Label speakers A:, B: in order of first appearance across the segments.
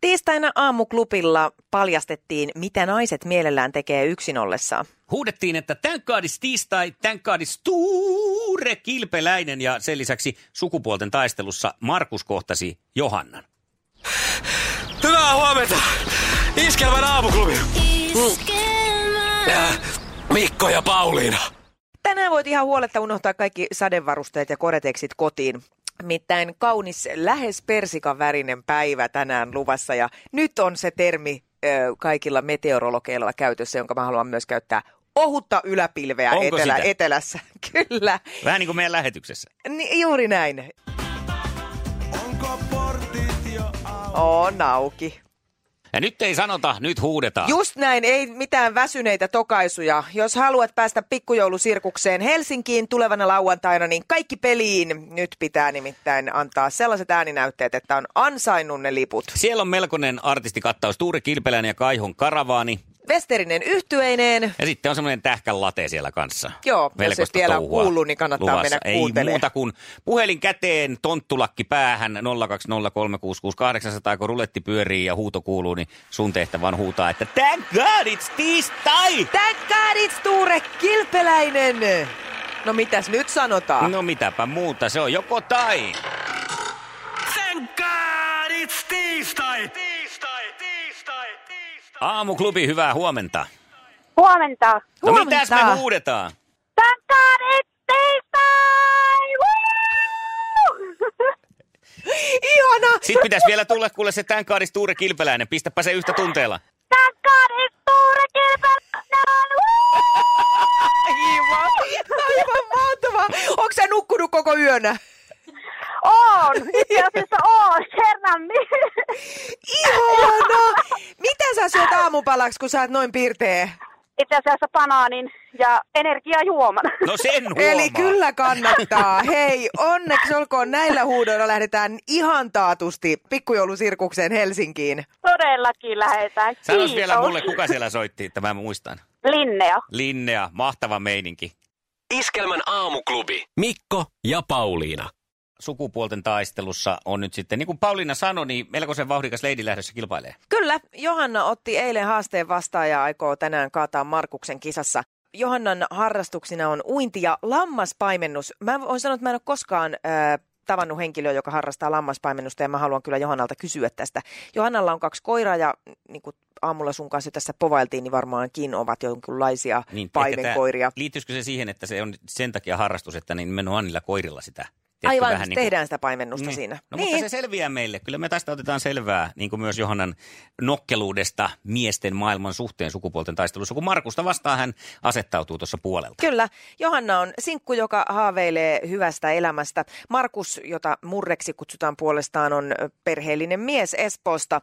A: Tiistaina aamuklubilla paljastettiin, mitä naiset mielellään tekee yksin ollessaan.
B: Huudettiin, että thank God is tiistai, thank God is Tuure Kilpeläinen ja sen lisäksi sukupuolten taistelussa Markus kohtasi Johannan.
C: Hyvää huomenta! Iskelmän aamuklubi!
D: Äh,
E: Iskelmä.
C: Mikko ja Pauliina.
A: Tänään voit ihan huoletta unohtaa kaikki sadevarusteet ja koreteksit kotiin. Mitään kaunis, lähes persikan värinen päivä tänään luvassa ja nyt on se termi ö, kaikilla meteorologeilla käytössä, jonka mä haluan myös käyttää. Ohutta yläpilveä
B: Onko
A: etelä,
B: sitä?
A: etelässä. Kyllä,
B: Vähän niin kuin meidän lähetyksessä.
A: Ni, juuri näin.
C: Onko portit jo
A: On auki.
B: Ja nyt ei sanota, nyt huudetaan.
A: Just näin, ei mitään väsyneitä tokaisuja. Jos haluat päästä pikkujoulusirkukseen Helsinkiin tulevana lauantaina, niin kaikki peliin. Nyt pitää nimittäin antaa sellaiset ääninäytteet, että on ansainnut ne liput.
B: Siellä on melkoinen artistikattaus Tuure Kilpeläinen ja Kaihon Karavaani.
A: Westerinen yhtyeineen.
B: Ja sitten on semmoinen tähkän late siellä kanssa.
A: Joo, jos
B: Melkoista
A: et vielä ole
B: touhua
A: kuullut, niin kannattaa
B: luvassa.
A: mennä
B: Ei
A: kuuntelemaan.
B: muuta kuin puhelin käteen, tonttulakki päähän 020366800, kun ruletti pyörii ja huuto kuuluu, niin sun tehtävä on huutaa, että thank god it's tiistai!
A: Thank God it's Tuure Kilpeläinen! No mitäs nyt sanotaan?
B: No mitäpä muuta, se on joko tai.
C: Thank God it's tiistai! Tiistai, tiistai, tiistai!
B: Aamuklubi, hyvää huomenta.
F: Huomenta.
B: No
A: Huomenta.
B: mitäs me huudetaan?
F: Tankkaan tiistai! Woo!
A: Ihana!
B: Sitten pitäisi vielä tulla kuule se tän kaadis Tuure Kilpeläinen, pistäpä se yhtä tunteella.
F: Tankkaan Tuure Kilpeläinen! Woo!
A: Aivan, aivan mahtavaa! Onko sä nukkunut koko yönä?
F: Oon! Itse asiassa oon! Kerran
A: Ihana! Mitä sä syöt aamupalaksi, kun sä oot noin pirteä?
F: Itse asiassa banaanin ja energiajuoman.
B: No sen huomaa.
A: Eli kyllä kannattaa. Hei, onneksi olkoon näillä huudoilla lähdetään ihan taatusti pikkujoulusirkukseen Helsinkiin.
F: Todellakin lähetään.
A: niin
B: Sanois vielä mulle, kuka siellä soitti, että mä muistan.
F: Linnea.
B: Linnea, mahtava meininki.
D: Iskelmän aamuklubi. Mikko ja Pauliina.
B: Sukupuolten taistelussa on nyt sitten, niin kuin Pauliina sanoi, niin melkoisen vauhdikas leidi lähdössä kilpailee.
A: Kyllä, Johanna otti eilen haasteen vastaan ja aikoo tänään kaataa Markuksen kisassa. Johannan harrastuksina on uinti ja lammaspaimennus. Mä voin sanoa, että mä en ole koskaan äh, tavannut henkilöä, joka harrastaa lammaspaimennusta ja mä haluan kyllä Johannalta kysyä tästä. Johannalla on kaksi koiraa ja niin kuin aamulla sun kanssa tässä povailtiin, niin varmaankin ovat jonkinlaisia niin,
B: ehkä
A: paimenkoiria.
B: tää- Liittyisikö se siihen, että se on sen takia harrastus, että niin nimenomaan niillä koirilla sitä? Tiedätkö,
A: Aivan,
B: niin kuin-
A: tehdään sitä paimennusta
B: Niin.
A: siinä.
B: No, niin. mutta se selviää meille. Kyllä me tästä otetaan selvää, niin kuin myös Johannan nokkeluudesta miesten maailman suhteen sukupuolten taistelussa. Kun Markusta vastaan hän asettautuu tuossa puolelta.
A: Kyllä. Johanna on sinkku, joka haaveilee hyvästä elämästä. Markus, jota murreksi kutsutaan puolestaan, on ö, perheellinen mies Espoosta.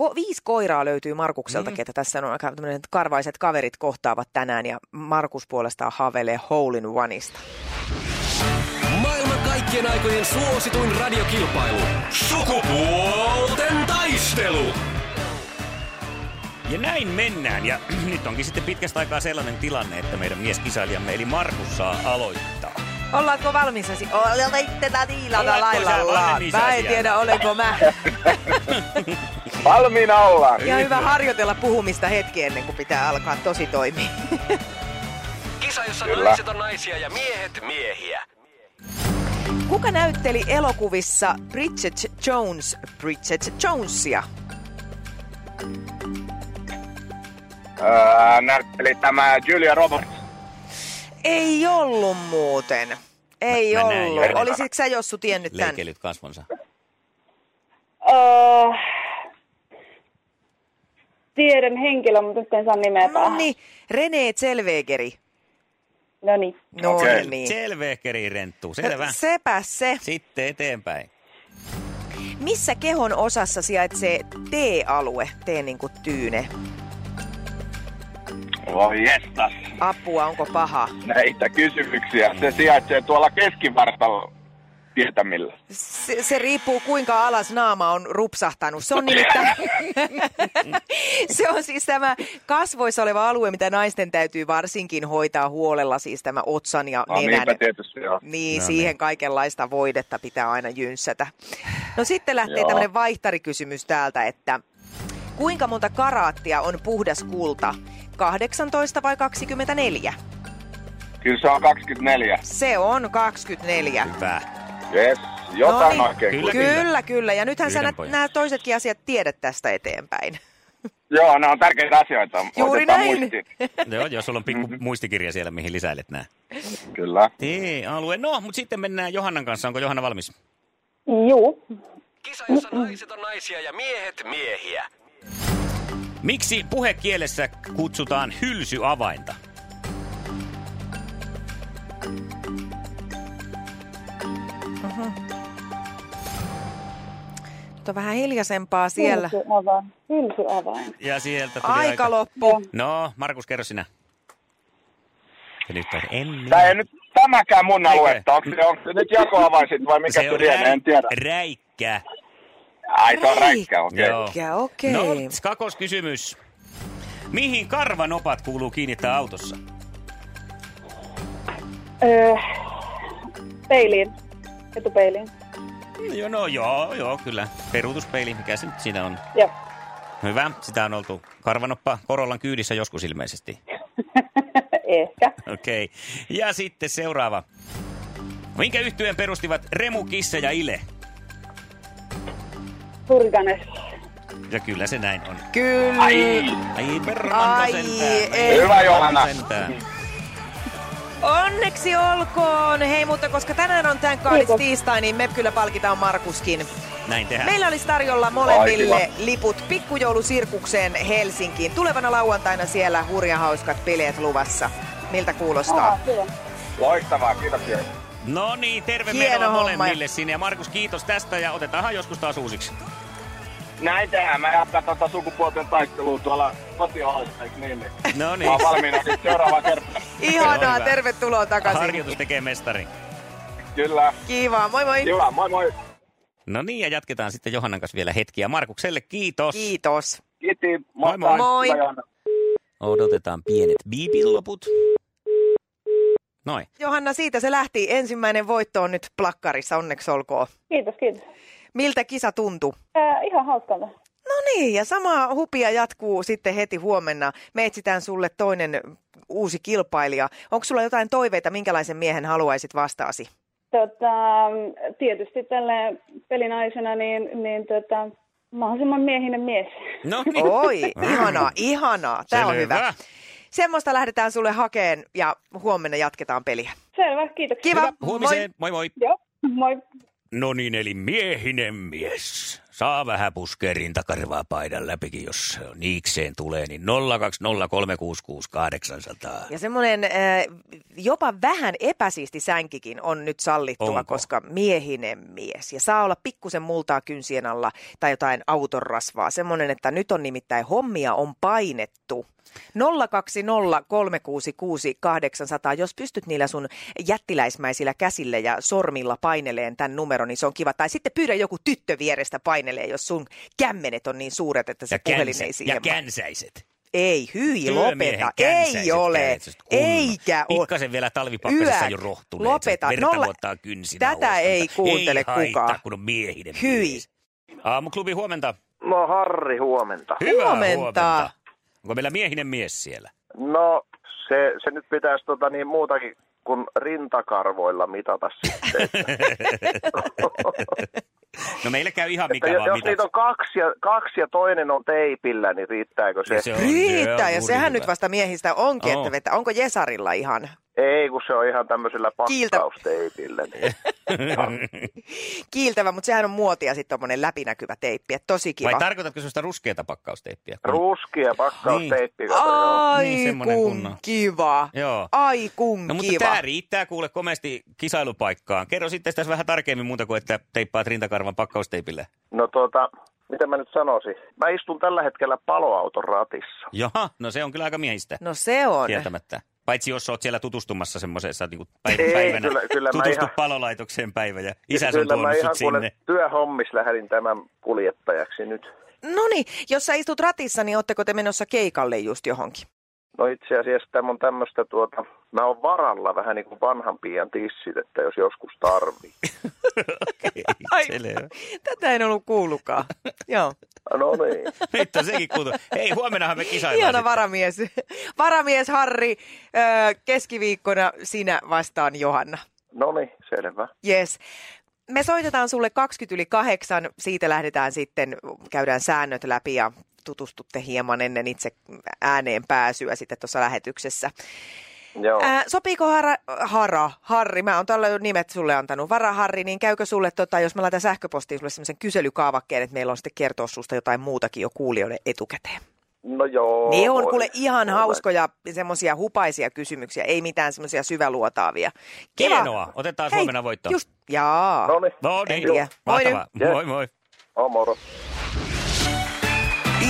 A: Ko- viisi koiraa löytyy
B: Mm.
A: Markukseltakin, että tässä on aika tämmöinen, että karvaiset kaverit kohtaavat tänään ja Markus puolestaan haaveilee hole in oneista.
D: Maailman kaikkien aikojen suosituin radiokilpailu. Sukupuolten taistelu.
B: Ja näin mennään. Ja nyt onkin sitten pitkästä aikaa sellainen tilanne, että meidän mieskisailijamme eli Markus saa aloittaa.
A: Ollaanko valmiisasi? Olette
B: Oletko
A: tällä
B: sä
A: lailla.
B: valmis
A: Mä en
B: asiaan?
A: tiedä, olenko mä.
G: Valmiina ollaan.
A: Ja hyvä harjoitella puhumista hetki ennen kuin pitää alkaa tosi toimia.
D: Kisa, jossa
G: naiset
D: on naisia ja miehet miehiä.
A: Kuka näytteli elokuvissa Bridget Jones, Bridget Jonesia?
G: Öö, näytteli tämä Julia Roberts.
A: Ei ollut muuten. Ei
B: Mä- mä näin
A: ollut.
B: jo.
A: Olisitko sä Jossu tiennyt tämän?
B: Leikelyt kasvonsa.
F: Öö, tiedän henkilön, mutta nyt en saa nimeä
A: No niin, René Zellwegeri.
F: No niin.
A: No
G: Okei.
A: niin.
B: Selvä, keri renttuu. Selvä.
A: Sepä se.
B: Sitten eteenpäin.
A: Missä kehon osassa sijaitsee T-alue, T niin kuin tyyne?
G: Voi jestas.
A: Apua, onko paha?
G: Näitä kysymyksiä. Se sijaitsee tuolla keskivartalo tietämillä.
A: Se, se riippuu kuinka alas naama on rupsahtanut. Se on nimittäin... se on siis tämä kasvoissa oleva alue, mitä naisten täytyy varsinkin hoitaa huolella, siis tämä otsan ja
G: No
A: nenän.
G: niinpä tietysti joo.
A: Niin, no, siihen niin. kaikenlaista voidetta pitää aina jynssätä. No sitten lähtee
G: Joo.
A: tämmöinen vaihtarikysymys täältä, että kuinka monta karaattia on puhdas kulta? 18 vai 24?
G: Kyllä se on 24.
A: Se on 24.
B: Hyvä.
G: Yes,
A: No
G: jotain
A: niin.
G: oikein.
B: Kyllä.
A: Kyllä, kyllä. kyllä. Ja nythän sä
B: Yhden
A: nä-
B: pojan.
A: nämä toisetkin asiat tiedät tästä eteenpäin.
G: Joo, ne on tärkeitä asioita.
A: Juuri
G: Otetaan
A: näin.
G: muistiin.
B: Joo, jos sulla on pikku muistikirja siellä, mihin lisäilet nämä.
G: Kyllä.
B: T-alue. No, mutta sitten mennään Johannan kanssa. Onko Johanna valmis?
F: Juu.
C: Kisa, jossa naiset on naisia ja miehet miehiä.
B: Miksi puhekielessä kutsutaan hylsyavainta?
A: Nyt on vähän hiljaisempaa siellä.
F: Hylsyavain. Hylsyavain.
B: Ja sieltä tuli aika.
A: Aika loppu.
B: No, Markus, kerro sinä. Ja nyt on Emmi.
G: Tämä ei nyt tämäkään mun
B: Eikö?
G: aluetta. Onko se, onko se nyt jakoavaisit vai mikä se,
B: on
G: lienee, en
B: räik-
G: tiedä.
B: Räikkä.
G: Ai, tuo on räikkä, okei.
B: Joo.
A: Mikä? Okei.
B: No, kakos kysymys. Mihin karvanopat kuuluu kiinnittää autossa?
F: Öö, peiliin. Etupeiliin.
B: Joo, no joo, joo, kyllä. Peruutuspeili, mikä se nyt siinä on?
F: Joo.
B: Hyvä, sitä on oltu karvanoppa Korollan kyydissä joskus ilmeisesti.
F: Ehkä.
B: Okei. Okay. Ja sitten seuraava. Minkä yhtyeen perustivat Remu, Kissa ja Ile?
F: Turganes.
B: Ja kyllä se näin on.
A: Kyllä.
G: Ai,
B: Ai,
A: Ai,
B: permanto sentään.
A: ei.
G: Hyvä, Johanna.
B: Sentään.
A: Onneksi olkoon. Hei, mutta koska tänään on tämän kaadis
F: Kiitos.
A: tiistai, niin me kyllä palkitaan Markuskin.
B: Näin tehdään.
A: Meillä olisi tarjolla
G: Ai,
A: molemmille liput pikkujoulusirkukseen Helsinkiin. Tulevana lauantaina siellä hurja hauskat bileet luvassa. Miltä kuulostaa?
F: Ah, kyllä.
G: loistavaa, kiitoksia.
B: No niin, terve
A: Hieno
B: menoa
A: homma.
B: molemmille sinne. Ja Markus, kiitos tästä ja otetaanhan joskus taas uusiksi.
G: Näin tehdään. Mä jatkan tuota sukupuolten taistelua tuolla kotioloissa, eikö niin? Niin
B: No
G: Mä
B: niin,
G: oon valmiina siis sitten seuraava kerta.
A: Ihanaa,
B: Hyvä.
A: tervetuloa takaisin.
B: harjoitus tekee mestari.
G: Kyllä.
A: Kivaa, moi
B: Niin.
A: moi.
G: Kiva, moi moi.
B: No niin, ja jatketaan sitten Johannan kanssa vielä hetki. Ja Markukselle kiitos.
A: Kiitos.
G: Kiitti.
B: Moi, moi.
A: Moi.
G: Hyvä, Johanna.
B: Odotetaan pienet biipiloput. Noin.
A: Johanna, siitä se lähti. Ensimmäinen voitto on nyt plakkarissa, onneksi olkoon.
F: Kiitos, kiitos.
A: Miltä kisa tuntui?
F: Ää, ihan hauskalta.
A: No niin, ja sama hupia jatkuu sitten heti huomenna. Me etsitään sulle toinen uusi kilpailija. Onko sulla jotain toiveita, minkälaisen miehen haluaisit vastaasi?
F: Tota, tietysti tälle pelinaisena niin, niin tota, mahdollisimman miehinen mies.
B: No niin.
A: Oi, ihanaa, ihanaa. Tämä Oh, on
B: Selvä.
A: hyvä. Semmoista lähdetään sulle hakeen ja huomenna jatketaan peliä.
F: Selvä, kiitoksia.
A: Kiva.
B: Huomiseen. Moi moi.
F: Joo, moi.
B: No niin, eli miehinen mies. Saa vähän puskea rintakarvaa paidan läpikin, jos niikseen tulee, niin 020366800.
A: Ja semmoinen äh, jopa vähän epäsiisti sänkikin on nyt sallittua,
B: Onko?
A: koska miehinen mies. Ja saa olla pikkusen multaa kynsien alla tai jotain auton rasvaa. Semmoinen, että nyt on nimittäin hommia on painettu. 020366800, jos pystyt niillä sun jättiläismäisillä käsillä ja sormilla paineleen tämän numeron, niin se on kiva. Tai sitten pyydä joku tyttö vierestä painelee, jos sun kämmenet on niin suuret, että se
B: Ja,
A: puhelin
B: känse-
A: ei siihen
B: ja
A: mahdu.
B: känsäiset.
A: Ei, hyi,
B: Työmiehen
A: lopeta.
B: känsäiset
A: Ei ole.
B: kädet, just kunnon.
A: Eikä ole.
B: Pikkasen vielä talvipakkasessa
A: Yö.
B: jo rohtuneet.
A: Lopeta.
B: Verta
A: Nolla-
B: vuotaa kynsinä
A: Tätä
B: ulos.
A: ei kuuntele
B: ei haittaa,
A: kukaan.
B: kun on miehinen
A: Hyi.
B: mies. Aamuklubi, huomenta.
G: No Harri, huomenta.
B: Hyvää
A: Huomenta.
B: huomenta. Onko meillä miehinen mies siellä?
G: No, se, se nyt pitäisi tota niin muutakin kuin rintakarvoilla mitata sitten. Että,
B: No meillä käy ihan
G: että
B: mikä
G: jos
B: vaan
G: jos niitä
B: mitä.
G: on kaksi ja, kaksi ja toinen on teipillä, niin riittääkö se?
B: on-
A: Riittää,
B: se
A: ja
B: on
A: sehän
B: hyvä.
A: nyt vasta miehistä onkin,
B: On.
A: että vetää. Onko Jesarilla ihan?
G: Ei, kun se on ihan tämmöisellä
A: Kiiltä.
G: pakkausteipillä. Niin.
A: Kiiltävä, mutta sehän on muotia sitten tuommoinen läpinäkyvä teippi, että tosi kiva.
B: Vai tarkoitatko sellaista ruskeata pakkausteippiä?
G: Ruuskia pakkausteippi. joo.
A: Ai
B: Niin, semmonen
A: kun
B: kunnon.
A: kiva.
B: Joo.
A: Ai kun
G: Mm,
B: No mutta
A: kiva.
B: tämä riittää kuule komeasti kisailupaikkaan. Kerro sitten tässä vähän tarkemmin muuta kuin, että teippaat rintakarvan pakkausteipillä.
G: No tuota, mitä mä nyt sanoisin? Mä istun tällä hetkellä paloauton ratissa.
B: Jaha, no se on kyllä aika miehistä,
A: No se
G: niin.
A: on.
B: kieltämättä. Paitsi jos oot siellä tutustumassa semmoisessa niin
G: Ei,
B: päivänä,
G: kyllä- kyllä mä
B: tutustu
G: ihan-
B: palolaitokseen päivä ja isä on
G: Kyllä mä
B: tuonut
G: ihan
B: sut sinne.
G: työhommis lähdin tämän kuljettajaksi nyt.
A: No niin, jos sä istut ratissa, niin ootteko te menossa keikalle just johonkin?
G: No itse asiassa tämä on tämmöistä tuota, mä oon varalla vähän niin kuin vanhan pian tissit, että jos joskus tarvii.
B: Okei,
A: Ai.
B: selvä.
A: Tätä en ollut kuullutkaan. Joo,
G: No niin.
B: Nyt on sekin kuultu. Hei, huomennahan me kisaillaan
A: hieno
B: sitten.
A: varamies. Varamies Harri, öö, keskiviikkona sinä vastaan Johanna.
G: No niin, selvä.
A: Yes. Me soitetaan sulle 20 yli 8, siitä lähdetään sitten, käydään säännöt läpi ja tutustutte hieman ennen itse ääneen pääsyä sitten tuossa lähetyksessä.
G: Joo.
A: Ää, sopiiko Hara, Hara, Harri, mä oon tällä jo nimet sulle antanut, Vara Harri, niin käykö sulle, tota, jos mä laitan sähköpostiin sulle semmoisen kyselykaavakkeen, että meillä on sitten kertoa susta jotain muutakin jo kuulijoille etukäteen.
G: No joo.
A: Ne on
G: voi-
A: kuule ihan
G: voi-
A: hauskoja semmoisia hupaisia kysymyksiä, ei mitään semmoisia syväluotaavia.
B: Hienoa. Otetaan huomenna voitto.
A: Just, jaa.
G: No niin.
B: No
A: En
B: niin,
A: tiedä. Moi nyt.
B: mahtavaa. Moi moi.
G: Oh, moro.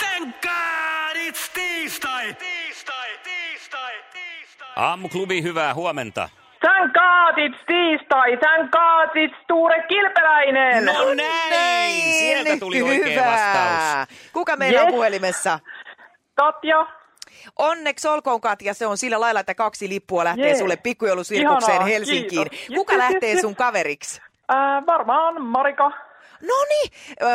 C: Thank God it's tiistai! Tiistai, tiistai, tiistai!
B: Aamuklubi, hyvää huomenta.
E: Thank God it's tiistai, thank God it's Tuure Kilpeläinen.
B: No näin! Sieltä tuli oikea
A: niin. hyvä.
B: vastaus.
A: Kuka meillä on
E: Yes.
A: puhelimessa?
E: Tatja,
A: Onneksi olkoon Katja, se on sillä lailla, että kaksi lippua lähtee
E: Jee.
A: sulle pikkujoulusilkukseen
E: Ihanaa,
A: Helsinkiin.
E: kiitos.
A: Kuka
E: Jep, jep,
A: lähtee
E: jep.
A: sun kaveriksi?
E: ää, Äh, varmaan Marika.
A: No niin,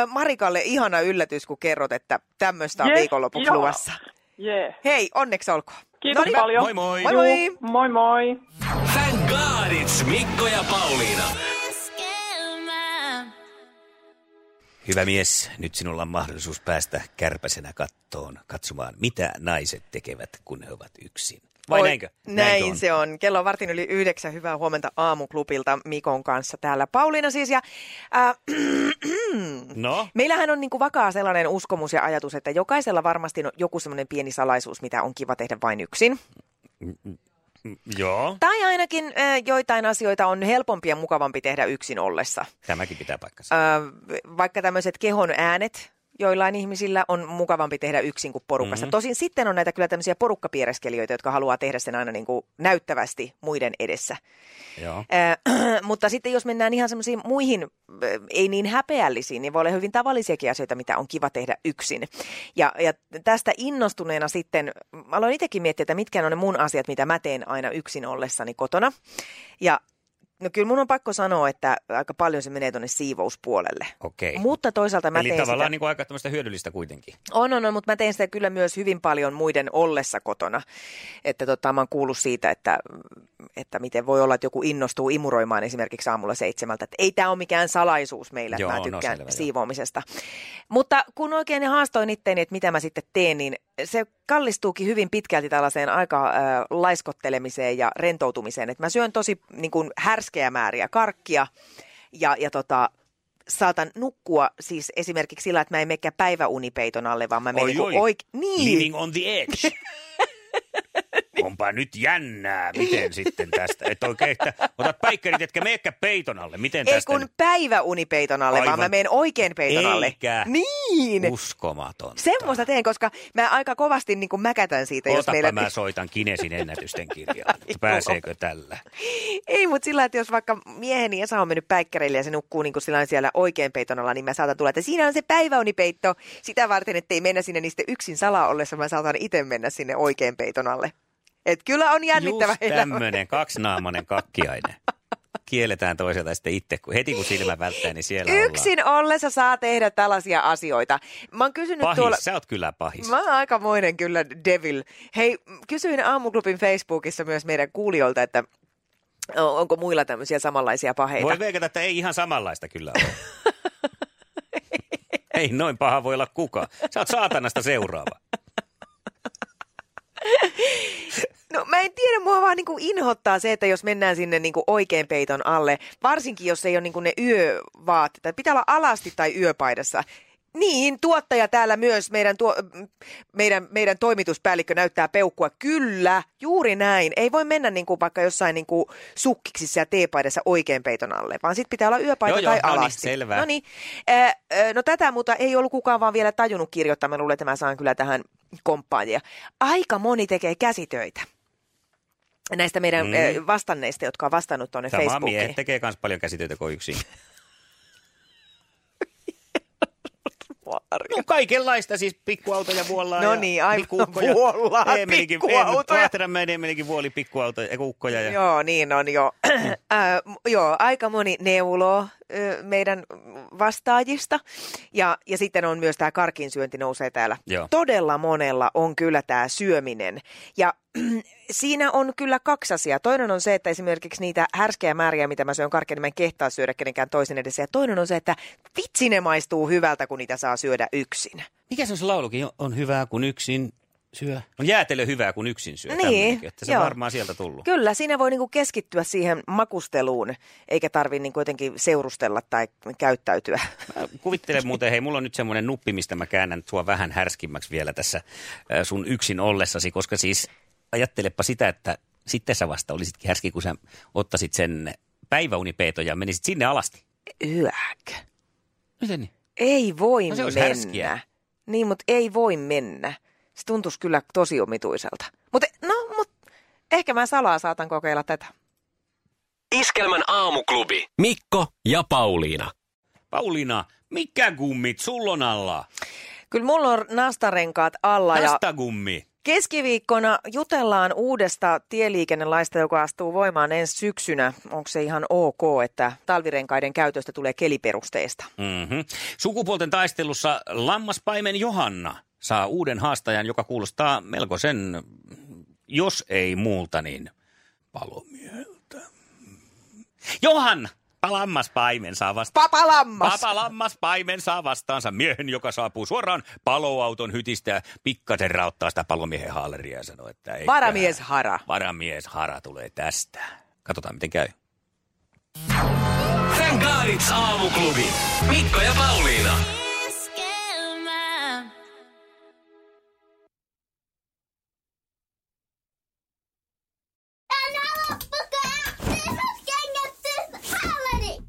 A: Marikalle ihana yllätys, kun kerrot, että tämmöistä on
E: Yes,
A: viikonlopuksi
E: ihanaa.
A: luvassa.
E: Jee,
A: Hei, onneksi olkoon.
E: kiitos
A: Noniin.
E: paljon.
B: No niin. Moi moi.
A: Moi moi.
E: Moi moi.
D: Thank God it's Mikko ja Pauliina.
B: Hyvä mies, nyt sinulla on mahdollisuus päästä kärpäsenä kattoon katsomaan, mitä naiset tekevät, kun he ovat yksin. Vai
A: Oi,
B: näinkö?
A: Näin se on. Kello on vartin yli yhdeksän. Hyvää huomenta aamuklubilta Mikon kanssa täällä. Pauliina siis ja... Äh,
B: No,
A: Meillähän on niin kuin vakaa sellainen uskomus ja ajatus, että jokaisella varmasti on joku semmoinen pieni salaisuus, mitä on kiva tehdä vain yksin.
B: joo.
A: Tai ainakin äh, joitain asioita on helpompi ja mukavampi tehdä yksin ollessa.
B: Tämäkin pitää paikkansa.
A: Äh, vaikka tämmöiset kehon äänet, joillain ihmisillä on mukavampi tehdä yksin kuin porukassa. Mm-hmm. Tosin sitten on näitä kyllä tämmöisiä porukkapiereskelijöitä, jotka haluaa tehdä sen aina niin kuin näyttävästi muiden edessä.
B: Joo.
A: Äh, mutta sitten jos mennään ihan semmoisiin muihin, äh, ei niin häpeällisiin, niin voi olla hyvin tavallisiakin asioita, mitä on kiva tehdä yksin. Ja, ja tästä innostuneena sitten, mä aloin itsekin miettiä, että mitkä on ne mun asiat, mitä mä teen aina yksin ollessani kotona. Ja no kyllä mun on pakko sanoa, että aika paljon se menee tuonne siivouspuolelle.
B: Okei.
A: Mutta toisaalta mä
B: Eli
A: teen
B: tavallaan
A: sitä...
B: niin kuin aika tämmöistä hyödyllistä kuitenkin.
A: On, on, on, mutta mä teen sitä kyllä myös hyvin paljon muiden ollessa kotona. Että tota, mä oon kuullut siitä, että, että miten voi olla, että joku innostuu imuroimaan esimerkiksi aamulla seitsemältä. Että ei tämä ole mikään salaisuus meillä, että
B: Joo,
A: mä
B: no
A: tykkään
B: selvä, joo.
A: siivoamisesta. Mutta kun oikein haastoin itteeni, että mitä mä sitten teen, niin se kallistuukin hyvin pitkälti tällaiseen aika äh, laiskottelemiseen ja rentoutumiseen. Että mä syön tosi niin kuin, härskeä määriä karkkia ja, ja tota, saatan nukkua siis esimerkiksi sillä, että mä en mene päiväunipeiton alle, vaan mä menen
B: Oi,
A: niin
B: oi.
A: oik- niin.
B: Living on the edge. Onpa nyt jännää, miten sitten tästä. Et oikein, että otat päikkärit, etkä meekä peiton alle. Miten
A: Ei
B: tästä
A: kun
B: nyt?
A: päiväunipeiton alle, vaan
B: Aivan.
A: mä menen oikein peiton alle.
B: Eikä.
A: Niin.
B: Uskomatonta.
A: Semmoista teen, koska mä aika kovasti niin kuin mäkätän siitä, jos
B: Otapa
A: meillä...
B: mä soitan Kinesin ennätysten kirjaan. että Pääseekö tällä?
A: Ei, mutta sillä, että jos vaikka mieheni Esa on mennyt päikkäreille ja se nukkuu niin kuin sillä siellä oikein peiton alla, niin mä saatan tulla, että siinä on se päiväunipeitto sitä varten, että ei mennä sinne niistä yksin salaa ollessa, mä saatan itse mennä sinne oikein peiton alle. Et kyllä on jännittävä
B: Just tämmönen kaksinaamainen kakkiainen. kielletään toiselta ja sitten itse, kun heti kun silmä välttää, niin siellä ollaan.
A: Yksin ollessa saa tehdä tällaisia asioita. Mä oon kysynyt
B: Pahis,
A: tuolla...
B: sä oot kyllä pahis.
A: Mä oon aikamoinen kyllä devil. Hei, kysyin Aamuklubin Facebookissa myös meidän kuulijoilta, että on- onko muilla tämmöisiä samanlaisia paheita.
B: Voi veikata, että ei ihan samanlaista kyllä ole. ei noin paha voi olla kuka. Sä oot saatanasta seuraava.
A: No mä en tiedä, mua vaan niinku inhottaa se, että jos mennään sinne niinku oikein peiton alle, varsinkin jos ei ole niinku ne yövaatteet, tai pitää olla alasti tai yöpaidassa. Niin, tuottaja täällä myös, meidän, tuo, mm, meidän, meidän toimituspäällikkö näyttää peukkua. Kyllä, juuri näin. Ei voi mennä niinku vaikka jossain niinku sukkiksissa ja teepaidassa oikein peiton alle, vaan sit pitää olla yöpaita
B: Joo, joo,
A: tai
B: no niin,
A: alasti.
B: selvä.
A: No niin, Äh, äh, no tätä muuta ei ollut kukaan vaan vielä tajunnut kirjoittaa. Mä luulen, että mä saan kyllä tähän komppaajia. Aika moni tekee käsitöitä näistä meidän
B: Mm.
A: mm. vastanneista, jotka on vastannut tuonne
B: Sama
A: Facebookiin.
B: miehet tekee myös paljon käsityötä kuin yksin. No kaikenlaista siis pikkuautoja vuollaan.
A: No
B: ja
A: niin, aivan,
B: pikkuukkoja.
A: vuollaan
B: Eemelikin-
A: pikkuautoja.
B: Eem- Lahteranmäen Eemelikin vuoli pikkuautoja, ja kuukkoja. Ja...
A: Joo, niin on jo. äh, m- joo, aika moni neulo ö, meidän vastaajista. Ja, ja sitten on myös tämä karkinsyönti nousee täällä.
B: Joo.
A: Todella monella on kyllä tämä syöminen. Ja siinä on kyllä kaksi asiaa. Toinen on se, että esimerkiksi niitä härskejä määriä, mitä mä syön karkkia, niin mä en kehtaa syödä kenenkään toisen edessä. Ja toinen on se, että vitsi ne maistuu hyvältä, kun niitä saa syödä yksin.
B: Mikä se on se laulukin? On hyvää kun yksin syö. On jäätelö hyvää kun yksin syö.
A: Niin,
B: tämmöinenkin, Että se
A: joo.
B: on varmaan sieltä tullut.
A: Kyllä, siinä voi niinku keskittyä siihen makusteluun, eikä tarvi niinku jotenkin seurustella tai käyttäytyä.
B: Mä kuvittelen muuten, hei, mulla on nyt semmoinen nuppi, mistä mä käännän sua vähän härskimmäksi vielä tässä äh, sun yksin ollessasi, koska siis ajattelepa sitä, että sitten sä vasta olisitkin härski, kun sä ottaisit sen päiväunipeeton ja menisit sinne alasti.
A: Yäk.
B: Miten niin?
A: Ei voi
B: No se olisi
A: mennä.
B: härskiä.
A: Niin, mutta ei voi mennä. Se tuntuisi kyllä tosi omituiselta. Mutta no, mut ehkä mä salaa saatan kokeilla tätä.
C: Iskelmän aamuklubi.
D: Mikko ja Pauliina.
B: Pauliina, mikä gummit sulla on alla?
A: Kyllä mulla on nastarenkaat alla ja
B: Tästä gummi.
A: Keskiviikkona jutellaan uudesta tieliikennelaista, joka astuu voimaan ensi syksynä. Onko se ihan ok, että talvirenkaiden käytöstä tulee keliperusteista?
B: Mm-hmm. Sukupuolten taistelussa lammaspaimen Johanna saa uuden haastajan, joka kuulostaa melkoisen, jos ei muulta, niin palomieheltä. Johanna! Lammaspaimen saa vastaan.
A: Papalammas!
B: Papa lammaspaimen saa vastaansa miehen, joka saapuu suoraan paloauton hytistä ja pikkasen raottaa sitä palomiehen haaleria ja sanoo, että ei.
A: Varamies Hara.
B: Varamies Hara tulee tästä. Katsotaan, miten käy.
C: Thank Godits aamuklubi. Mikko ja Pauliina.
H: Esquema.